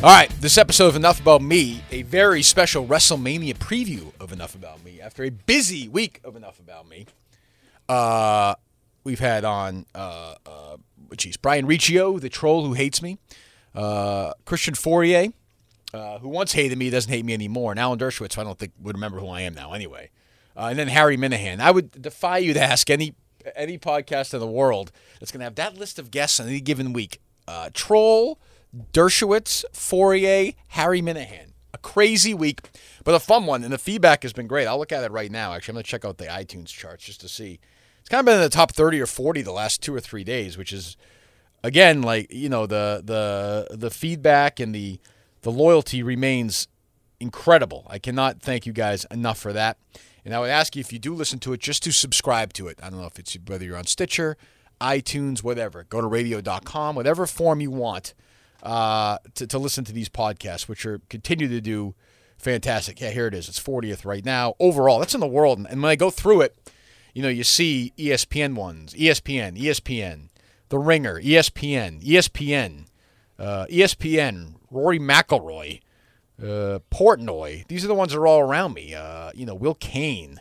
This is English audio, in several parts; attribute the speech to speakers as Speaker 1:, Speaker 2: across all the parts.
Speaker 1: All right, this episode of Enough About Me, a very special WrestleMania preview of Enough About Me. After a busy week of Enough About Me, uh, we've had on, uh, uh, geez, Brian Riccio, the troll who hates me, uh, Christian Fourier, uh, who once hated me, doesn't hate me anymore, and Alan Dershowitz, who I don't think would remember who I am now anyway. Uh, and then Harry Minahan. I would defy you to ask any any podcast in the world that's going to have that list of guests on any given week. Uh, troll, Dershowitz, Fourier, Harry Minahan. A crazy week, but a fun one, and the feedback has been great. I'll look at it right now. Actually, I'm going to check out the iTunes charts just to see. It's kind of been in the top 30 or 40 the last two or three days, which is again like you know the the the feedback and the the loyalty remains incredible. I cannot thank you guys enough for that. And I would ask you if you do listen to it, just to subscribe to it. I don't know if it's whether you're on Stitcher, iTunes, whatever. Go to radio.com, whatever form you want uh, to, to listen to these podcasts, which are continue to do fantastic. Yeah, here it is. It's 40th right now. Overall, that's in the world. And when I go through it, you know, you see E ESPN ones, ESPN, ESPN, The Ringer, E ESPN, ESPN, uh, ESPN, Rory McIlroy, uh, Portnoy. These are the ones that are all around me. Uh, you know, Will Kane,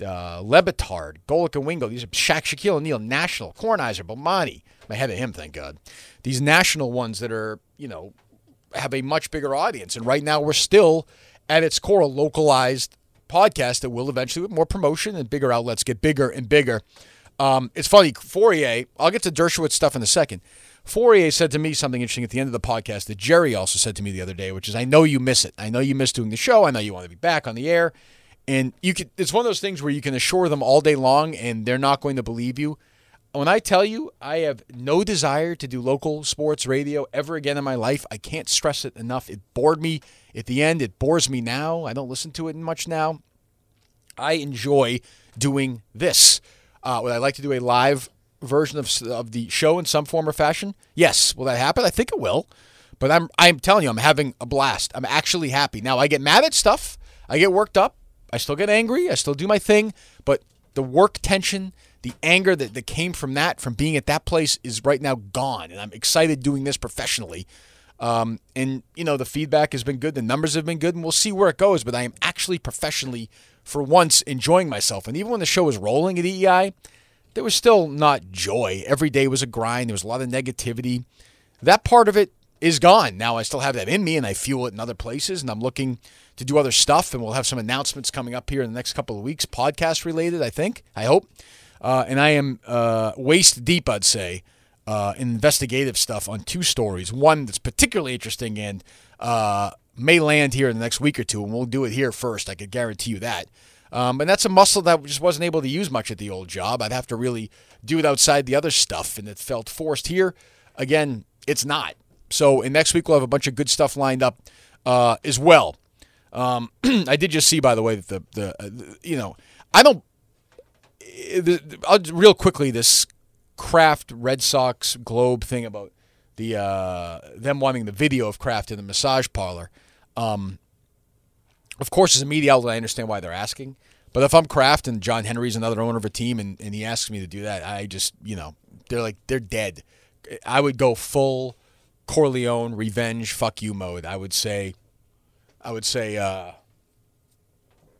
Speaker 1: uh, Lebitard, Golick and Wingo. These are Shaq, Shaquille O'Neal, National, Kornheiser, Bomani. I'm ahead of him, thank God. These national ones that are, you know, have a much bigger audience. And right now we're still at its core a localized podcast that will eventually, with more promotion and bigger outlets, get bigger and bigger. Um, it's funny, Fourier, I'll get to Dershowitz stuff in a second. Fourier said to me something interesting at the end of the podcast that Jerry also said to me the other day, which is, I know you miss it. I know you miss doing the show. I know you want to be back on the air. And you could, it's one of those things where you can assure them all day long and they're not going to believe you. When I tell you, I have no desire to do local sports radio ever again in my life. I can't stress it enough. It bored me at the end. It bores me now. I don't listen to it much now. I enjoy doing this. Uh, would I like to do a live version of of the show in some form or fashion? Yes. Will that happen? I think it will. But I'm I'm telling you, I'm having a blast. I'm actually happy. Now I get mad at stuff. I get worked up. I still get angry. I still do my thing. But the work tension, the anger that, that came from that, from being at that place, is right now gone. And I'm excited doing this professionally. Um, and you know the feedback has been good. The numbers have been good, and we'll see where it goes. But I am actually professionally, for once, enjoying myself. And even when the show was rolling at EEI, there was still not joy. Every day was a grind. There was a lot of negativity. That part of it is gone. Now I still have that in me and I fuel it in other places and I'm looking to do other stuff and we'll have some announcements coming up here in the next couple of weeks, podcast related, I think, I hope. Uh, and I am uh, waist deep, I'd say, uh, in investigative stuff on two stories. One that's particularly interesting and uh, may land here in the next week or two and we'll do it here first. I could guarantee you that. Um, and that's a muscle that I just wasn't able to use much at the old job. I'd have to really do it outside the other stuff, and it felt forced here. Again, it's not. So, and next week we'll have a bunch of good stuff lined up uh, as well. Um, I did just see, by the way, that the, the, uh, the you know, I don't. eh, the- I'll, real quickly, this Kraft Red Sox Globe thing about the uh, them wanting the video of Kraft in the massage parlor. Um, of course, as a media outlet, I understand why they're asking. But if I'm Kraft and John Henry's another owner of a team and, and he asks me to do that, I just, you know, they're like, they're dead. I would go full Corleone revenge, fuck you mode. I would say, I would say, uh,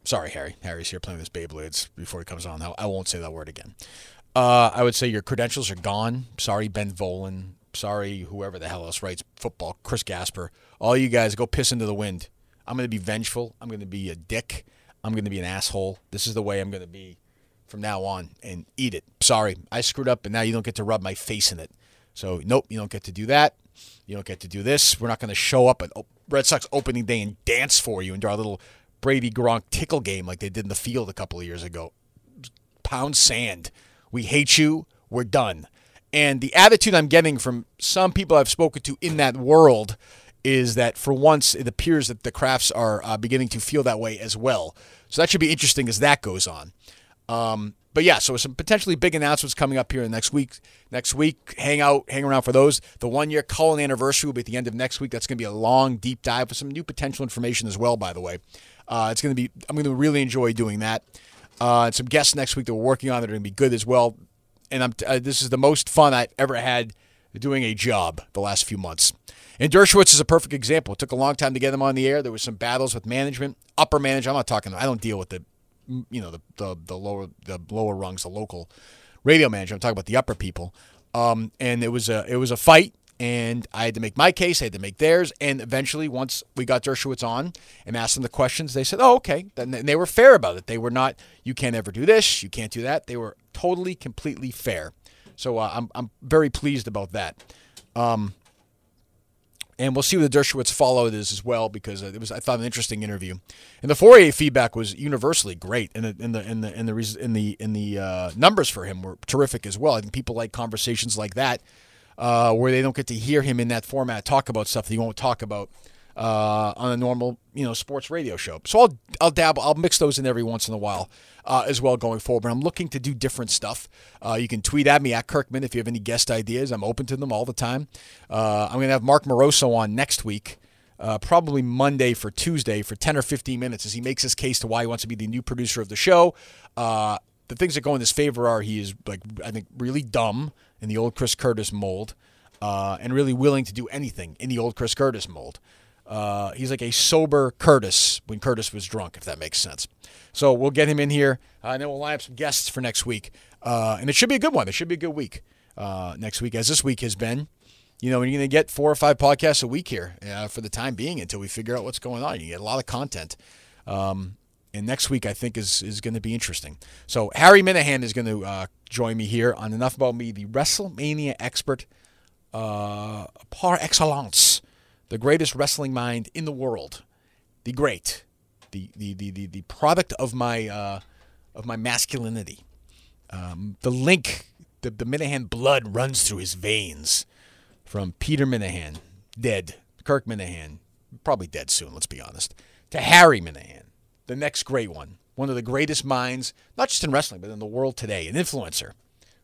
Speaker 1: sorry, Harry. Harry's here playing with his Beyblades before he comes on. I- I won't say that word again. Uh, I would say your credentials are gone. Sorry, Ben Volen. Sorry, whoever the hell else writes football, Chris Gasper. All you guys, go piss into the wind. I'm going to be vengeful. I'm going to be a dick. I'm going to be an asshole. This is the way I'm going to be from now on and eat it. Sorry, I screwed up, and now you don't get to rub my face in it. So, nope, you don't get to do that. You don't get to do this. We're not going to show up at O- Red Sox opening day and dance for you into our little Brady Gronk tickle game like they did in the field a couple of years ago pound sand. We hate you. We're done. And the attitude I'm getting from some people I've spoken to in that world is that for once it appears that the crafts are uh, beginning to feel that way as well. So that should be interesting as that goes on. Um, but yeah, so some potentially big announcements coming up here in the next week. Next week, hang out, hang around for those. The one year Cullen anniversary will be at the end of next week. That's going to be a long deep dive with some new potential information as well. By the way, uh, it's going to be. I'm going to really enjoy doing that. Uh, and some guests next week that we're working on that are going to be good as well. And I'm. Uh, this is the most fun I've ever had doing a job the last few months. And Dershowitz is a perfect example. It took a long time to get him on the air. There was some battles with management, upper management. I'm not talking. I don't deal with the you know the, the the lower the lower rungs, the local radio manager. I'm talking about the upper people. Um, and it was a it was a fight, and I had to make my case. I had to make theirs, and eventually, once we got Dershowitz on and asked them the questions, they said, "Oh, okay." And they were fair about it. They were not, "You can't ever do this. You can't do that." They were totally, completely fair. So uh, I'm I'm very pleased about that. Um, and we'll see where the Dershowitz followed is as well because it was I thought an interesting interview, and the Fourier feedback was universally great, and the and the and the and the res- and the, and the uh, numbers for him were terrific as well. I think people like conversations like that uh, where they don't get to hear him in that format talk about stuff that you won't talk about uh, on a normal you know sports radio show. So I'll I'll dabble I'll mix those in every once in a while uh, as well going forward. But I'm looking to do different stuff. Uh, you can tweet at me at Kirkman if you have any guest ideas. I'm open to them all the time. Uh, I'm gonna have Mark Moroso on next week. Uh, probably Monday for Tuesday for 10 or 15 minutes as he makes his case to why he wants to be the new producer of the show. Uh, the things that go in his favor are he is like I think really dumb in the old Chris Curtis mold, uh, and really willing to do anything in the old Chris Curtis mold. Uh, he's like a sober Curtis when Curtis was drunk, if that makes sense. So we'll get him in here, uh, and then we'll line up some guests for next week. Uh, and it should be a good one. It should be a good week uh, next week, as this week has been. You know, and you're going to get four or five podcasts a week here uh, for the time being until we figure out what's going on. You get a lot of content. Um, and next week I think is is going to be interesting. So Harry Minahan is going to uh, join me here on Enough About Me, the WrestleMania expert uh, par excellence, the greatest wrestling mind in the world, the great, the the the the, the product of my uh, of my masculinity. Um, the link, the, the Minahan blood runs through his veins from Peter Minahan, dead, Kirk Minahan, probably dead soon, let's be honest, to Harry Minahan, the next great one, one of the greatest minds, not just in wrestling, but in the world today, an influencer,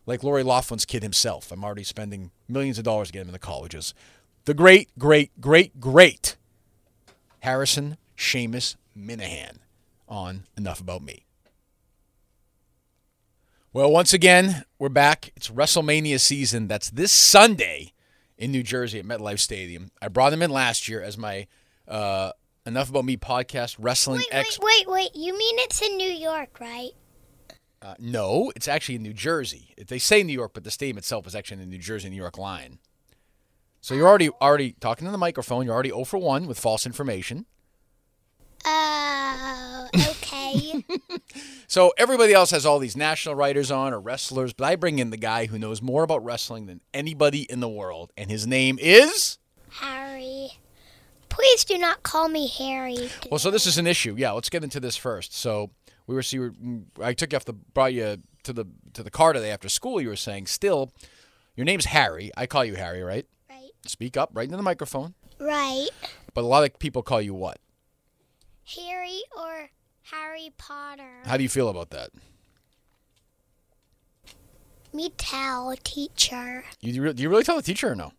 Speaker 1: like Lori Laughlin's kid himself. I'm already spending millions of dollars to get him into colleges. The great, great, great, great Harrison Seamus Minahan on Enough About Me. Well, once again, we're back. It's WrestleMania season. That's this Sunday in New Jersey at MetLife Stadium. I brought him in last year as my uh, Enough About Me podcast wrestling
Speaker 2: Wait, wait,
Speaker 1: expert.
Speaker 2: wait, wait. You mean it's in New York, right?
Speaker 1: Uh, no, it's actually in New Jersey. They say New York, but the stadium itself is actually in the New Jersey New York line. So you're already already talking to the microphone. You're already 0 for 1 with false information.
Speaker 2: Oh, okay.
Speaker 1: So everybody else has all these national writers on or wrestlers, but I bring in the guy who knows more about wrestling than anybody in the world, and his name is.
Speaker 2: Harry. Please do not call me Harry.
Speaker 1: Well, so this is an issue. Yeah, let's get into this first. So we were, so you were I took you off the brought you to the to the car today after school. You were saying still, your name's Harry. I call you Harry, right?
Speaker 2: Right.
Speaker 1: Speak up right into the microphone.
Speaker 2: Right.
Speaker 1: But a lot of people call you what?
Speaker 2: Harry or Harry Potter.
Speaker 1: How do you feel about that?
Speaker 2: Me tell, teacher.
Speaker 1: You you re- do you really tell the teacher or no?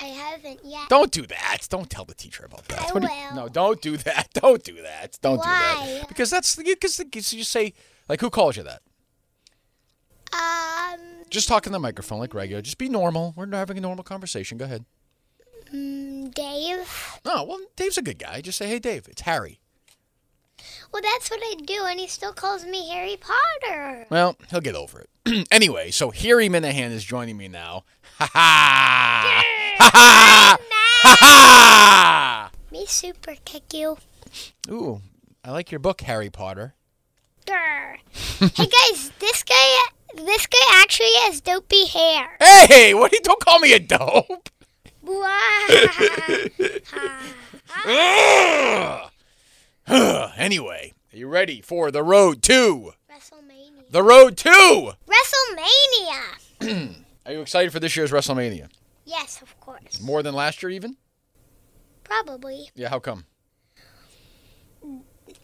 Speaker 2: I haven't yet.
Speaker 1: Don't do that. Don't tell the teacher about that.
Speaker 2: I
Speaker 1: What do you-
Speaker 2: will.
Speaker 1: no, don't do that. Don't do that. Don't do
Speaker 2: Why?
Speaker 1: that. Because that's because you say like who calls you that?
Speaker 2: Um,
Speaker 1: Just talk in the microphone like regular. Just be normal. We're having a normal conversation. Go ahead.
Speaker 2: mm, Dave.
Speaker 1: No, well, Dave's a good guy. Just say, hey, Dave, it's Harry.
Speaker 2: Well, that's what I do, and he still calls me Harry Potter.
Speaker 1: Well, he'll get over it. anyway, so Harry Minahan is joining me now. Ha ha! Ha ha! Ha ha!
Speaker 2: Me super kick you.
Speaker 1: Ooh, I like your book, Harry Potter.
Speaker 2: Grr. hey guys, this guy, this guy actually has dopey hair.
Speaker 1: Hey, what? do you- Don't call me a dope.
Speaker 2: Wah.
Speaker 1: Ugh. anyway, are you ready for the road to
Speaker 2: WrestleMania.
Speaker 1: The Road 2!
Speaker 2: WrestleMania.
Speaker 1: Are you excited for this year's WrestleMania?
Speaker 2: Yes, of course.
Speaker 1: More than last year, even?
Speaker 2: Probably.
Speaker 1: Yeah, how come?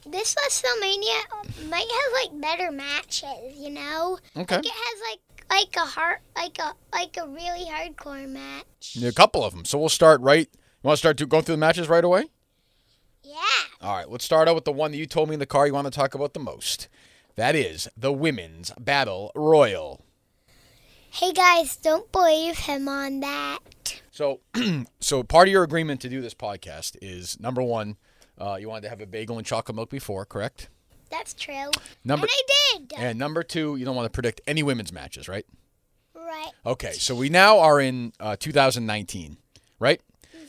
Speaker 2: This WrestleMania might have like better matches, you know?
Speaker 1: Okay.
Speaker 2: Like it has like like a hard like a like a really hardcore match.
Speaker 1: Yeah, A couple of them. So we'll start right. You want to start do, going through the matches right away?
Speaker 2: Yeah.
Speaker 1: All right, let's start out with the one that you told me in the car you want to talk about the most. That is the Women's Battle Royal.
Speaker 2: Hey guys, don't believe him on that.
Speaker 1: So, so part of your agreement to do this podcast is number one, uh, you wanted to have a bagel and chocolate milk before, correct?
Speaker 2: That's true.
Speaker 1: Number
Speaker 2: and I did.
Speaker 1: and number two, you don't want to predict any women's matches, right?
Speaker 2: right.
Speaker 1: Okay, so we now are in uh, 2019, right?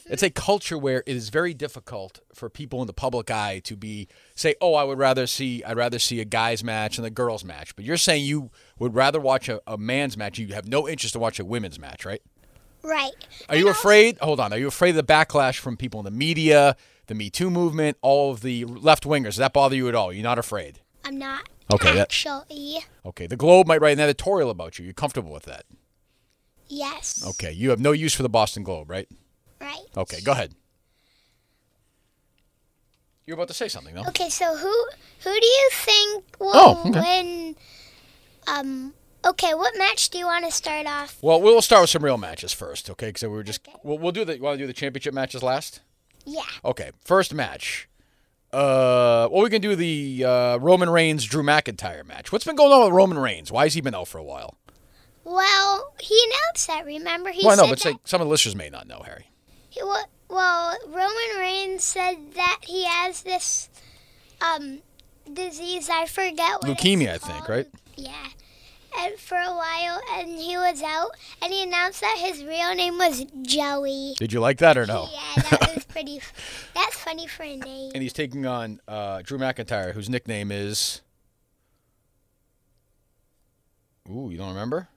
Speaker 1: It's a culture where it is very difficult for people in the public eye to be say, "Oh, I would rather see I'd rather see a guys match and a girls match." But you're saying you would rather watch a, a man's match. You have no interest to watch a women's match, right?
Speaker 2: Right.
Speaker 1: Are you afraid? Hold on. Are you afraid of the backlash from people in the media, the Me Too movement, all of the left wingers? Does that bother you at all? You're not afraid?
Speaker 2: I'm not
Speaker 1: Okay, that-
Speaker 2: actually.
Speaker 1: Okay. The Globe might write an editorial about you. You're comfortable with that?
Speaker 2: Yes.
Speaker 1: Okay. You have no use for the Boston Globe, right?
Speaker 2: Right.
Speaker 1: Okay, go ahead. You're about to say something, though.
Speaker 2: Okay, so who who do you think will
Speaker 1: Oh, okay.
Speaker 2: win? Um. Okay, what match do you want to start off?
Speaker 1: Well, we'll start with some real matches first, okay? Because we were just
Speaker 2: Okay.
Speaker 1: we'll, we'll do the you want to do the championship matches last.
Speaker 2: Yeah.
Speaker 1: Okay, first match. Uh, well, we can do the uh, Roman Reigns Drew McIntyre match. What's been going on with Roman Reigns? Why has he been out for a while?
Speaker 2: Well, he announced that. Remember, he
Speaker 1: well, I know,
Speaker 2: said
Speaker 1: but
Speaker 2: that.
Speaker 1: say, some of the listeners may not know, Harry.
Speaker 2: he wa- well, Roman Reigns said that he has this um disease. I forget what. it's
Speaker 1: Leukemia, I think,
Speaker 2: called.
Speaker 1: right?
Speaker 2: Yeah. And for a while, and he was out, and he announced that his real name was Joey.
Speaker 1: Did you like that or no?
Speaker 2: Yeah, that was pretty. f- That's funny for a name.
Speaker 1: And he's taking on uh, Drew McIntyre, whose nickname is. Ooh, you don't remember?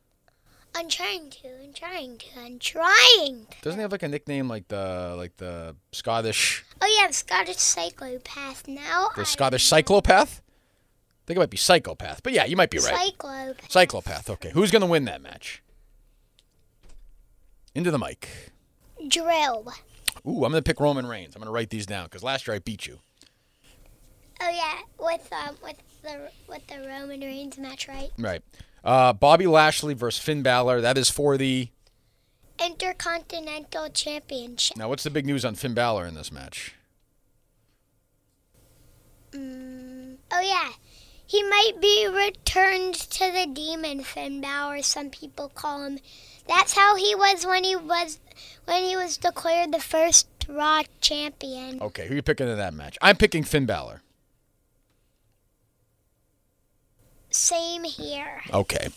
Speaker 2: I'm trying to. I'm trying to. I'm trying. to.
Speaker 1: Doesn't he have like a nickname like the like the Scottish
Speaker 2: Oh yeah, I'm Scottish psychopath now.
Speaker 1: the
Speaker 2: I'm
Speaker 1: Scottish cyclopath? I think it might be psychopath, but yeah, you might be right.
Speaker 2: Cyclopath.
Speaker 1: Cyclopath. Okay, who's gonna win that match? Into the mic.
Speaker 2: Drill.
Speaker 1: Ooh, I'm gonna pick Roman Reigns. I'm gonna write these down because last year I beat you.
Speaker 2: Oh yeah, with um with the with the Roman Reigns match, right?
Speaker 1: Right. Uh, Bobby Lashley versus Finn Balor. That is for the.
Speaker 2: Intercontinental Championship.
Speaker 1: Now, what's the big news on Finn Balor in this match?
Speaker 2: Oh yeah, he might be returned to the demon Finn Balor. Some people call him. That's how he was when he was when he was declared the first Raw champion.
Speaker 1: Okay, who you picking in that match? I'm picking Finn Balor.
Speaker 2: Same here.
Speaker 1: Okay.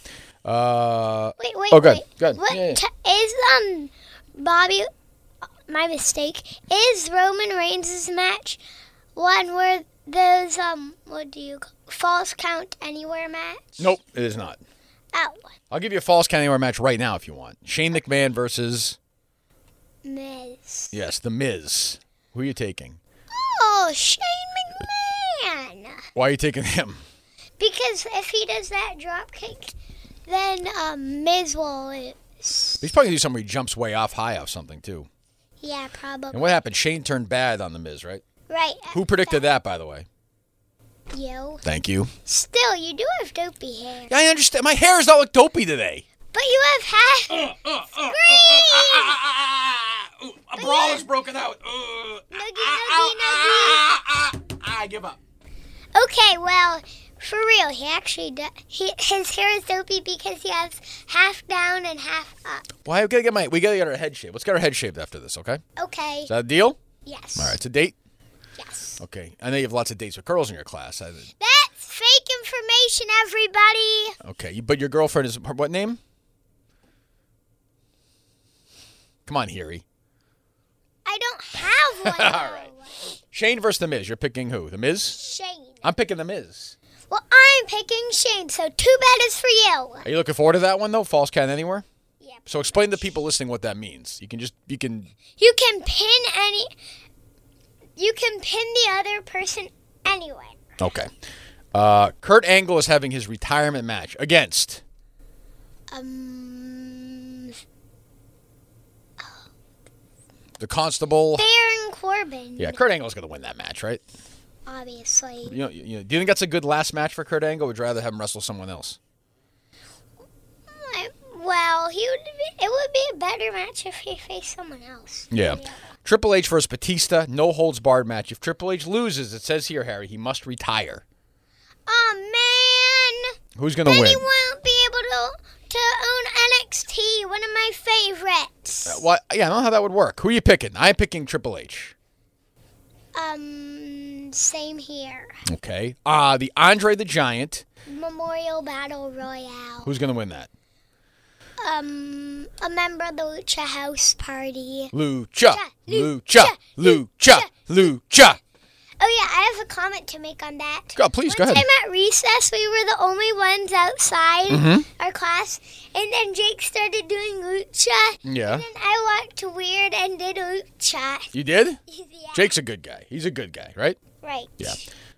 Speaker 1: Uh,
Speaker 2: Wait, wait,
Speaker 1: Oh, good,
Speaker 2: wait.
Speaker 1: good.
Speaker 2: What
Speaker 1: Yeah, yeah.
Speaker 2: t- is um Bobby? My mistake. Is Roman Reigns' match one where those um what do you c- false count anywhere match?
Speaker 1: nope, it is not.
Speaker 2: Oh,
Speaker 1: I'll give you a false count anywhere match right now if you want. Shane McMahon versus
Speaker 2: Miz.
Speaker 1: yes, The Miz. Who are you taking?
Speaker 2: Oh, Shane McMahon.
Speaker 1: Why are you taking him?
Speaker 2: Because if he does that drop kick, then um Miz will lose.
Speaker 1: He's probably gonna do something where he jumps way off high off something too.
Speaker 2: Yeah, probably.
Speaker 1: And what happened? Shane turned bad on The Miz, right?
Speaker 2: Right. uh,
Speaker 1: Who predicted that, by the way?
Speaker 2: You.
Speaker 1: Thank you.
Speaker 2: Still, you do have dopey hair.
Speaker 1: I understand. My hair is not look dopey today.
Speaker 2: But you have half. Scream!
Speaker 1: Ah, A brawl is broken out. Ugh.
Speaker 2: Noogie, noogie, noogie.
Speaker 1: ah. I give up.
Speaker 2: Okay, well, for real, he actually do- he his hair is dopey because he has half down and half up.
Speaker 1: Why we gotta get my? We gotta get our head shaped. Let's get our head shaped after this, okay? Is
Speaker 2: Okay.
Speaker 1: that a deal?
Speaker 2: yes.
Speaker 1: All right, it's a date.
Speaker 2: Yes.
Speaker 1: Okay, I know you have lots of dates with girls in your class. I,
Speaker 2: That's fake information, everybody.
Speaker 1: Okay, you- but your girlfriend is her- what name? Come on, Harry.
Speaker 2: I don't have one. All right.
Speaker 1: Shane versus The Miz. You're picking who? The Miz?
Speaker 2: Shane.
Speaker 1: I'm picking The Miz.
Speaker 2: Well, I'm picking Shane, so too bad it's for you.
Speaker 1: Are you looking forward to that one though? False count anywhere?
Speaker 2: Yeah.
Speaker 1: So explain to people listening what that means. You can just you can
Speaker 2: You can pin any. You can pin the other person anywhere.
Speaker 1: Okay. Uh, Kurt Angle is having his retirement match against.
Speaker 2: Um,
Speaker 1: The Constable.
Speaker 2: Baron Corbin.
Speaker 1: Yeah, Kurt Angle's going to win that match, right?
Speaker 2: Obviously.
Speaker 1: You know, you know, do you think that's a good last match for Kurt Angle? Would you rather have him wrestle someone else?
Speaker 2: I- Well, he would. Be, it would be a better match if he faced someone else.
Speaker 1: Yeah. Triple H versus Batista, no holds barred match. If Triple H loses, it says here, Harry, he must retire.
Speaker 2: Oh man,
Speaker 1: Who's going to
Speaker 2: then
Speaker 1: win?
Speaker 2: he won't be able to to own NXT, one of my favorites.
Speaker 1: What? Yeah, I don't know how that would work. Who are you picking? I'm picking Triple H.
Speaker 2: Um, same here.
Speaker 1: Okay. Uh, the Andre the Giant.
Speaker 2: Memorial Battle Royale.
Speaker 1: Who's going to win that?
Speaker 2: Um, a member of the Lucha House Party.
Speaker 1: Lucha. Lucha.
Speaker 2: Lucha,
Speaker 1: Lucha. Lucha.
Speaker 2: Oh yeah, I have a comment to make on that.
Speaker 1: Go, please,
Speaker 2: One
Speaker 1: go ahead.
Speaker 2: time at recess, we were the only ones outside
Speaker 1: Mm-hmm.
Speaker 2: our class, and then Jake started doing lucha.
Speaker 1: Yeah.
Speaker 2: And then I walked weird and did lucha.
Speaker 1: You did?
Speaker 2: yeah.
Speaker 1: Jake's a good guy. He's a good guy, right?
Speaker 2: Right. Yeah.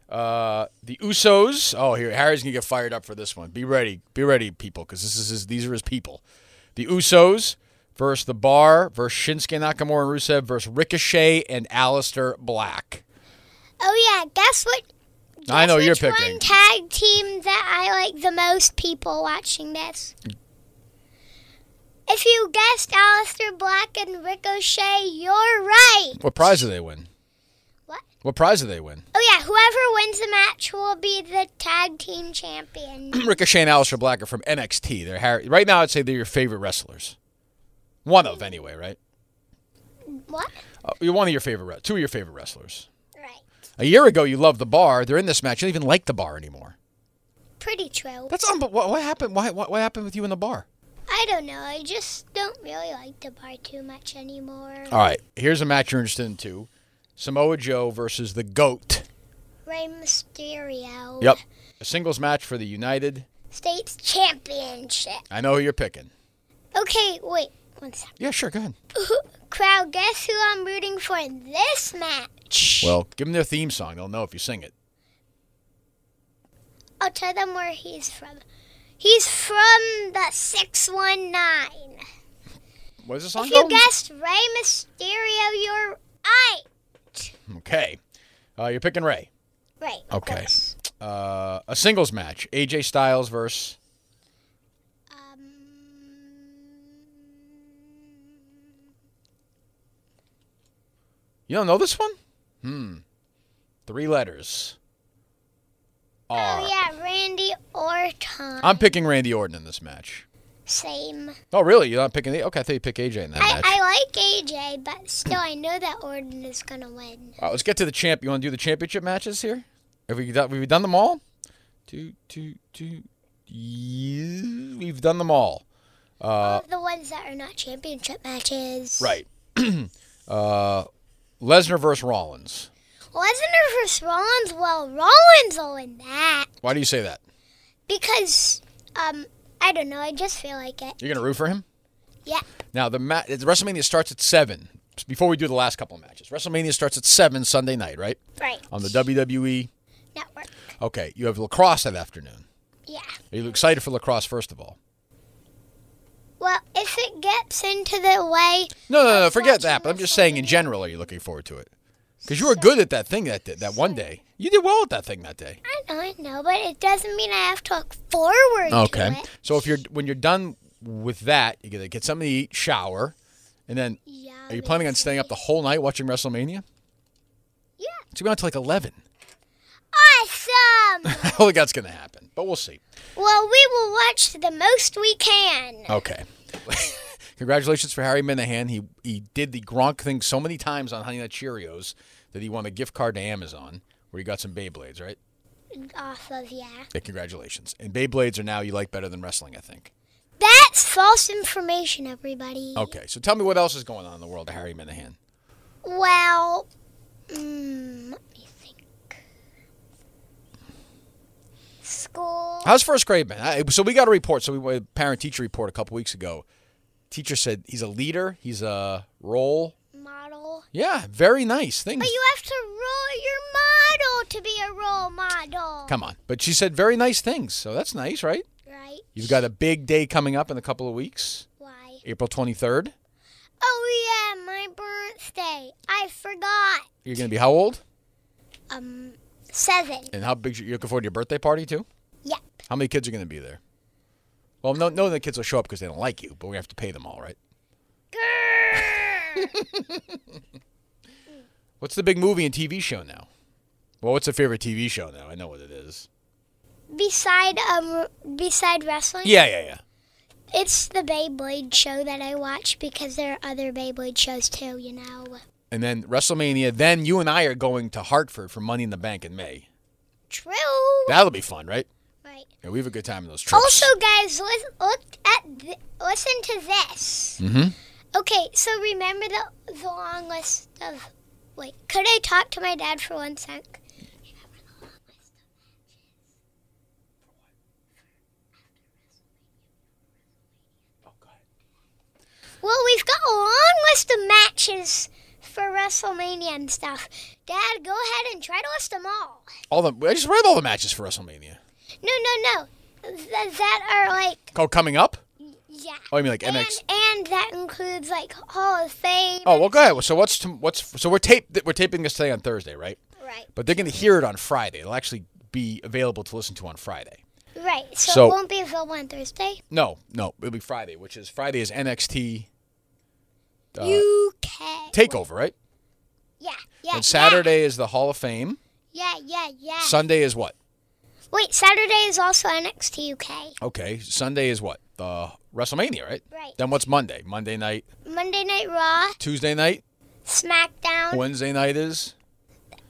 Speaker 1: Uh, the Usos. Oh, here Harry's gonna get fired up for this one. Be ready, be ready, people, because this is his, these are his people. The Usos versus the Bar versus Shinsuke Nakamura and Rusev versus Ricochet and Alistair Black.
Speaker 2: Oh yeah, guess what?
Speaker 1: I know
Speaker 2: guess
Speaker 1: you're
Speaker 2: which
Speaker 1: picking.
Speaker 2: One tag team that I like the most. People watching this. If you guessed Alistair Black and Ricochet, you're right.
Speaker 1: What prize do they win?
Speaker 2: What?
Speaker 1: What prize do they win?
Speaker 2: Oh yeah, whoever wins the match will be the tag team champion.
Speaker 1: Ricochet and Alistair Black are from NXT. They're Harry. Right now, I'd say they're your favorite wrestlers. One of anyway, right?
Speaker 2: what?
Speaker 1: Uh, you're one of your favorite, wre- two of your favorite wrestlers.
Speaker 2: Right.
Speaker 1: A year ago, you loved the Bar. They're in this match. You don't even like the Bar anymore.
Speaker 2: Pretty true.
Speaker 1: That's um, what, what happened. Why, what, what happened with you in the Bar?
Speaker 2: I don't know. I just don't really like the bar too much anymore.
Speaker 1: All right, here's a match you're interested in too: Samoa Joe versus the Goat.
Speaker 2: Rey Mysterio.
Speaker 1: A singles match for the United.
Speaker 2: States Championship.
Speaker 1: I know who you're picking.
Speaker 2: Okay, wait. One second.
Speaker 1: Yeah, sure. Go ahead.
Speaker 2: Crowd, guess who I'm rooting for in this match?
Speaker 1: Well, give them their theme song. They'll know if you sing it.
Speaker 2: I'll tell them where he's from. He's from the 619.
Speaker 1: What is the song
Speaker 2: If you
Speaker 1: called?
Speaker 2: guessed Rey Mysterio, you're right.
Speaker 1: okay. Uh, you're picking Ray.
Speaker 2: Right. of
Speaker 1: Okay.
Speaker 2: course.
Speaker 1: Uh, a singles match: AJ Styles versus Um, You don't know this one? Hmm. Three letters. R. uh,
Speaker 2: Oh yeah, Randy Orton.
Speaker 1: I'm picking Randy Orton in this match.
Speaker 2: Same.
Speaker 1: Oh, really? You're not picking? A- okay, I thought you picked AJ in that
Speaker 2: I,
Speaker 1: match.
Speaker 2: I like AJ, but still, I know that Orton is gonna win.
Speaker 1: All right, Uh, let's get to the champ. You want to do the championship matches here? Have we done, have we done them all? Two, two, two. Yeah, we've done them all.
Speaker 2: All the ones that are not championship matches.
Speaker 1: Uh, Right. uh, Lesnar versus Rollins.
Speaker 2: Lesnar versus Rollins. Well, Rollins will win that
Speaker 1: Why do you say that?
Speaker 2: because um I don't know. I just feel like it.
Speaker 1: You're gonna root for him?
Speaker 2: Yeah.
Speaker 1: Now the ma- it's- WrestleMania starts at seven. Before we do the last couple of matches, WrestleMania starts at seven Sunday night, right?
Speaker 2: Right.
Speaker 1: On the WWE.
Speaker 2: Network.
Speaker 1: Okay, you have lacrosse that afternoon.
Speaker 2: Yeah.
Speaker 1: Are you excited for lacrosse first of all?
Speaker 2: Well, if it gets into the way,
Speaker 1: No, no, no. Forget that. But I'm just saying, in general, are you looking forward to it? Because you were good at that thing that that one day. You did well at that thing that day.
Speaker 2: I know, I know, but it doesn't mean I have to look forward to it.
Speaker 1: So if you're when you're done with that, you gotta get something to eat, shower, and then
Speaker 2: Yeah.
Speaker 1: are you planning on staying up the whole night watching WrestleMania?
Speaker 2: Yeah.
Speaker 1: It's gonna be on till like eleven.
Speaker 2: Awesome.
Speaker 1: I don't think that's gonna happen, but we'll see.
Speaker 2: Well, we will watch the most we can.
Speaker 1: Okay. Congratulations for Harry Minahan. He he did the Gronk thing so many times on Honey Nut Cheerios that he won a gift card to Amazon where he got some Beyblades, right?
Speaker 2: Off of, yeah.
Speaker 1: Yeah, congratulations. And Beyblades are now you like better than wrestling, I think.
Speaker 2: That's false information, everybody.
Speaker 1: Okay, so tell me what else is going on in the world of Harry Minahan.
Speaker 2: Well, mm, let me think. School.
Speaker 1: How's first grade, man? I, so we got a report. So we went parent teacher report a couple weeks ago. Teacher said he's a leader. He's a role
Speaker 2: Model. model.
Speaker 1: Yeah, very nice things.
Speaker 2: But you have to roll your model to be a role model.
Speaker 1: Come on. But she said very nice things, so that's nice, right?
Speaker 2: Right?
Speaker 1: You've got a big day coming up in a couple of weeks,
Speaker 2: Why?
Speaker 1: April 23rd.
Speaker 2: Oh yeah, my birthday. I forgot.
Speaker 1: You're going to be how old?
Speaker 2: Um, seven.
Speaker 1: And how big? You're looking forward to your birthday party, too?
Speaker 2: Yep.
Speaker 1: How many kids are going to be there? Well, no, no, the kids will show up because they don't like you, but we're going to have to pay them all, right?
Speaker 2: Grrr.
Speaker 1: What's the big movie and TV show now? Well, what's your favorite TV show now? I know what it is.
Speaker 2: beside um, beside wrestling.
Speaker 1: Yeah, yeah, yeah.
Speaker 2: It's the Beyblade show that I watch because there are other Beyblade shows too. You know.
Speaker 1: And then WrestleMania. Then you and I are going to Hartford for Money in the Bank in May.
Speaker 2: True.
Speaker 1: That'll be fun, right?
Speaker 2: right.
Speaker 1: Yeah, we have a good time in those trips.
Speaker 2: Also, guys, lis- look at th- listen to this.
Speaker 1: Mhm.
Speaker 2: Okay, so remember the the long list of. Wait, could I talk to my dad for one sec? Well, we've got a long list of matches for WrestleMania and stuff. Dad, go ahead and try to list them all.
Speaker 1: all the I just read all the matches for WrestleMania.
Speaker 2: No, no, no. Th- that are like
Speaker 1: Oh, coming up?
Speaker 2: Yeah.
Speaker 1: Oh, you mean like
Speaker 2: and,
Speaker 1: NXT?
Speaker 2: And that includes like Hall of Fame.
Speaker 1: Oh, well, go ahead. So what's tom- what's so we're tape we're taping this today on Thursday, right?
Speaker 2: Right.
Speaker 1: But they're going to hear it on Friday. It'll actually be available to listen to on Friday.
Speaker 2: Right. So,
Speaker 1: So-
Speaker 2: it won't be available on Thursday.
Speaker 1: No, no, it'll be Friday, which is Friday is NXT Uh,
Speaker 2: UK.
Speaker 1: Takeover, right?
Speaker 2: yeah. Yeah.
Speaker 1: And Saturday is the Hall of Fame.
Speaker 2: Yeah. Yeah. Yeah.
Speaker 1: Sunday is what?
Speaker 2: Wait. Saturday is also NXT UK.
Speaker 1: Okay, Sunday is what? The WrestleMania, right?
Speaker 2: Right.
Speaker 1: Then what's Monday? Monday night,
Speaker 2: Monday Night Raw,
Speaker 1: Tuesday night,
Speaker 2: SmackDown,
Speaker 1: Wednesday night is.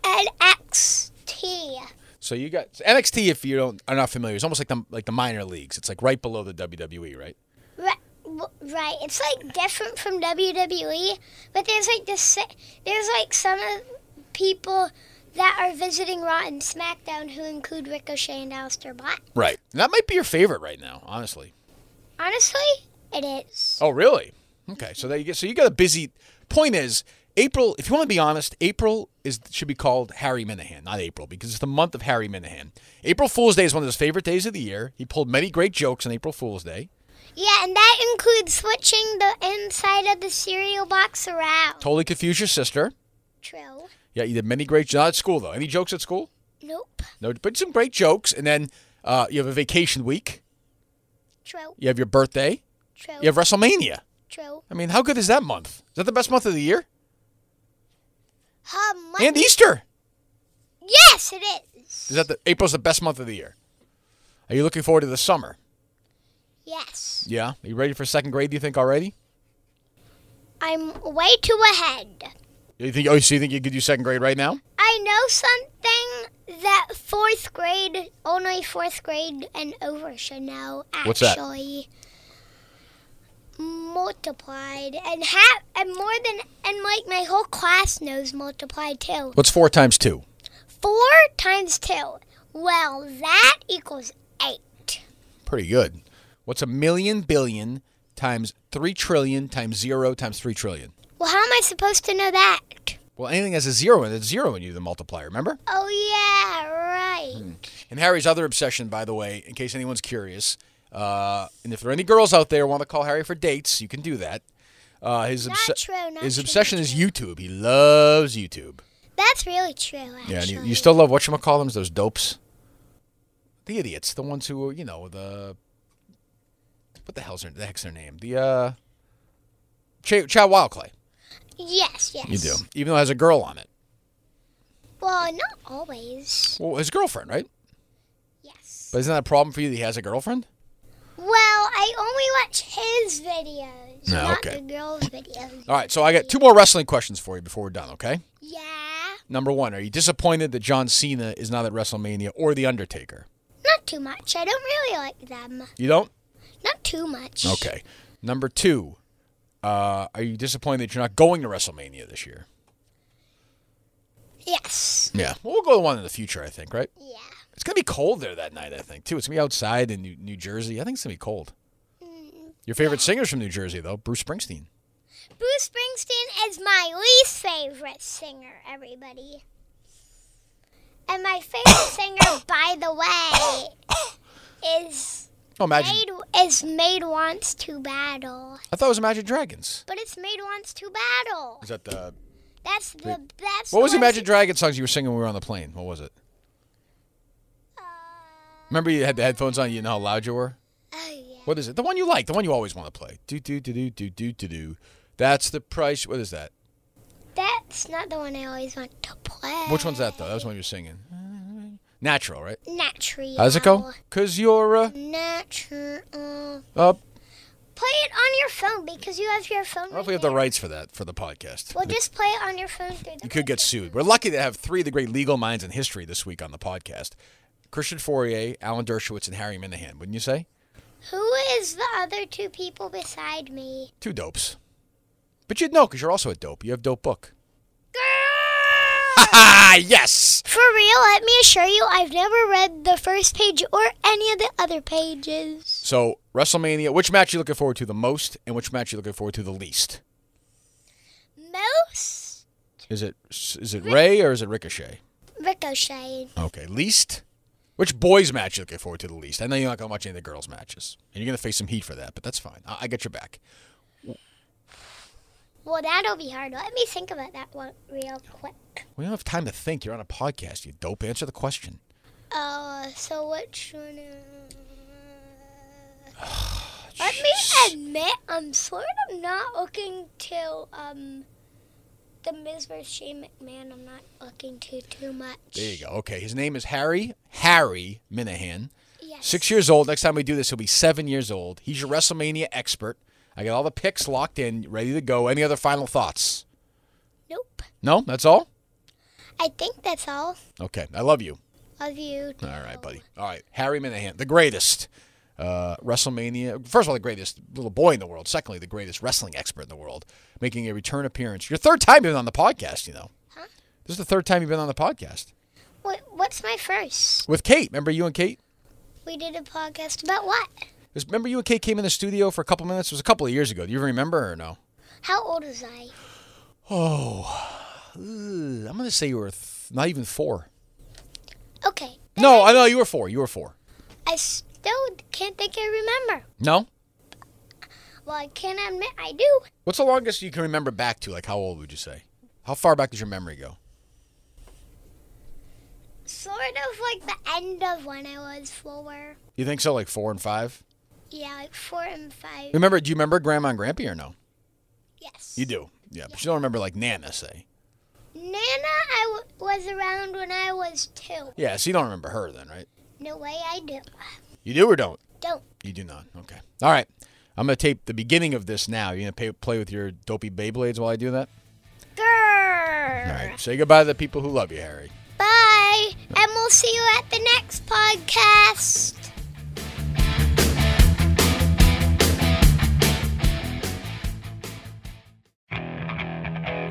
Speaker 2: NXT.
Speaker 1: So you got so NXT. If you don't are not familiar, it's almost like the like the minor leagues. It's like right below the WWE, right?
Speaker 2: Right. Right, it's like different from WWE, but there's like this. sa- There's like some of people that are visiting Raw and SmackDown who include Ricochet and Aleister Black.
Speaker 1: Right. And that might be your favorite right now, honestly.
Speaker 2: Honestly, it is.
Speaker 1: Oh, really? Okay. So there you get. So you got a busy. Point is, April. If you want to be honest, April is should be called Harry Minahan, not April, because it's the month of Harry Minahan. April Fool's Day is one of his favorite days of the year. He pulled many great jokes on April Fool's Day.
Speaker 2: Yeah, and that includes switching the inside of the cereal box around.
Speaker 1: Totally confused your sister.
Speaker 2: True.
Speaker 1: Yeah, you did many great jokes. Not at school though. Any jokes at school?
Speaker 2: Nope.
Speaker 1: No, but some great jokes. And then uh, you have a vacation week.
Speaker 2: True.
Speaker 1: You have your birthday.
Speaker 2: True.
Speaker 1: You have WrestleMania.
Speaker 2: True.
Speaker 1: I mean, how good is that month? Is that the best month of the year?
Speaker 2: Um,
Speaker 1: And Easter.
Speaker 2: yes, it is.
Speaker 1: Is that the April's the best month of the year? Are you looking forward to the summer?
Speaker 2: Yes.
Speaker 1: Yeah. Are you ready for second grade? Do you think already?
Speaker 2: I'm way too ahead.
Speaker 1: You think? Oh, so you think you could do second grade right now?
Speaker 2: I know something that fourth grade, only fourth grade and over should know. Actually,
Speaker 1: What's that?
Speaker 2: multiplied and half and more than and like my whole class knows multiplied too.
Speaker 1: What's four times two?
Speaker 2: Four times two. Well, that equals eight.
Speaker 1: Pretty good. What's a million billion times three trillion times zero times three trillion?
Speaker 2: Well, how am I supposed to know that?
Speaker 1: Well, anything has a zero in it, it's zero in you, the multiplier. Remember?
Speaker 2: Oh yeah, right.
Speaker 1: And Harry's other obsession, by the way, in case anyone's curious, uh, and if there are any girls out there who want to call Harry for dates, you can do that. Uh, his
Speaker 2: Not
Speaker 1: obse-
Speaker 2: true, not
Speaker 1: his
Speaker 2: true,
Speaker 1: obsession
Speaker 2: not
Speaker 1: is YouTube. He loves YouTube.
Speaker 2: That's really true. Actually.
Speaker 1: Yeah, and you, you still love whatchamacallums, those dopes? The idiots, the ones who, you know, the. What the hell's their, the heck's their name? The, uh. Ch- Chad Wildclay.
Speaker 2: Yes, yes.
Speaker 1: Even though it has a girl on it.
Speaker 2: Well, not always.
Speaker 1: Well, his girlfriend, right?
Speaker 2: Yes.
Speaker 1: But isn't that a problem for you that he has a girlfriend?
Speaker 2: Well, I only watch his videos,
Speaker 1: No,
Speaker 2: not
Speaker 1: okay.
Speaker 2: the girls' videos.
Speaker 1: All right, so I got two more wrestling questions for you before we're done, okay?
Speaker 2: Yeah,
Speaker 1: Number one, are you disappointed that John Cena is not at WrestleMania or The Undertaker?
Speaker 2: not too much. I don't really like them.
Speaker 1: You don't?
Speaker 2: Not too much.
Speaker 1: Okay. Number two, uh, are you disappointed that you're not going to WrestleMania this year?
Speaker 2: Yes.
Speaker 1: Yeah. Well, we'll go to one in the future, I think, right?
Speaker 2: Yeah.
Speaker 1: It's going to be cold there that night, I think, too. It's going to be outside in New, New Jersey. I think it's going to be cold. Your favorite singer's from New Jersey, though, Bruce Springsteen.
Speaker 2: Bruce Springsteen is my least favorite singer, everybody. And my favorite singer, by the way, is
Speaker 1: Oh, Imagine.
Speaker 2: Made is Made Wants to Battle.
Speaker 1: I thought it was Imagine Dragons.
Speaker 2: But it's Made Wants to Battle.
Speaker 1: Is that the
Speaker 2: That's the that's
Speaker 1: What was
Speaker 2: the
Speaker 1: the
Speaker 2: one-
Speaker 1: Imagine Dragons songs you were singing when we were on the plane? What was it? Remember you had the headphones on, you know how loud you were?
Speaker 2: Oh yeah.
Speaker 1: What is it? The one you like, the one you always want to play. Do do do do do do do do. That's the price. What is that?
Speaker 2: That's not the one I always want to play.
Speaker 1: Which one's that though? That was one you were singing. Natural, right?
Speaker 2: Natural.
Speaker 1: How's it go? Cause you're a
Speaker 2: Natural.
Speaker 1: up.
Speaker 2: Play it on your phone because you have your phone.
Speaker 1: I don't know if
Speaker 2: right
Speaker 1: we have the
Speaker 2: there.
Speaker 1: rights for that for the podcast.
Speaker 2: Well, just play it on your phone through the.
Speaker 1: You could get sued. We're lucky to have three of the great legal minds in history this week on the podcast: Christian Fourier, Alan Dershowitz, and Harry Minahan. Wouldn't you say?
Speaker 2: Who is the other two people beside me?
Speaker 1: Two dopes. But you'd know because you're also a dope. You have dope book.
Speaker 2: Girl!
Speaker 1: Ah, yes.
Speaker 2: For real, let me assure you, I've never read the first page or any of the other pages.
Speaker 1: So WrestleMania. Which match you looking forward to the most, and which match you looking forward to the least?
Speaker 2: Most
Speaker 1: Is it is it Ray or is it Ricochet?
Speaker 2: Ricochet.
Speaker 1: Okay, least. Which boys match you looking forward to the least? I know you're not gonna watch any of the girls matches, and you're gonna face some heat for that, but that's fine. I, I get your back.
Speaker 2: Well, that'll be hard. Let me think about that one real quick.
Speaker 1: We don't have time to think. You're on a podcast. You dope. Answer the question.
Speaker 2: Uh, so which one? uh, Let me admit, I'm sort of not looking to um, the Miz vs. Shane McMahon. I'm not looking to too much.
Speaker 1: There you go. Okay, his name is Harry Harry Minahan.
Speaker 2: Yes.
Speaker 1: Six years old. Next time we do this, he'll be seven years old. He's your WrestleMania expert. I got all the picks locked in, ready to go. Any other final thoughts?
Speaker 2: Nope.
Speaker 1: No, that's all.
Speaker 2: I think that's all.
Speaker 1: Okay, I love you.
Speaker 2: Love you.
Speaker 1: All right, buddy. All right, Harry Minahan, the greatest uh, WrestleMania. First of all, the greatest little boy in the world. Secondly, the greatest wrestling expert in the world, making a return appearance. Your third time you've been on the podcast. You know,
Speaker 2: Huh?
Speaker 1: this is the third time you've been on the podcast
Speaker 2: Wait, what's my first?
Speaker 1: with Kate. Remember you and Kate?
Speaker 2: We did a podcast about what?
Speaker 1: It was- Remember you and Kate came in the studio for a couple minutes. It was a couple of years ago. Do you remember or no?
Speaker 2: How old was I?
Speaker 1: Ooh, Oh, I'm gonna say you were th- not even four.
Speaker 2: Okay.
Speaker 1: No, I know you were four. You were four.
Speaker 2: I still can't think I remember.
Speaker 1: No.
Speaker 2: Well, I can admit I do.
Speaker 1: What's the longest you can remember back to? Like, how old would you say? How far back does your memory go?
Speaker 2: Sort of like the end of when I was four.
Speaker 1: You think so? Like four and five?
Speaker 2: Yeah, like four and five.
Speaker 1: Remember? Do you remember Grandma and Grampy or no?
Speaker 2: Yes.
Speaker 1: You do. Yeah, but you don't remember like Nana say.
Speaker 2: Nana, I w- was around when I was two.
Speaker 1: Yeah, so you don't remember her then, right?
Speaker 2: No way, I do.
Speaker 1: You do or don't?
Speaker 2: Don't.
Speaker 1: You do not. Okay. All right. I'm gonna tape the beginning of this now. You gonna pay, play with your dopey Beyblades while I do that?
Speaker 2: Grrr.
Speaker 1: All right. Say goodbye to the people who love you, Harry.
Speaker 2: Bye, and we'll see you at the next podcast.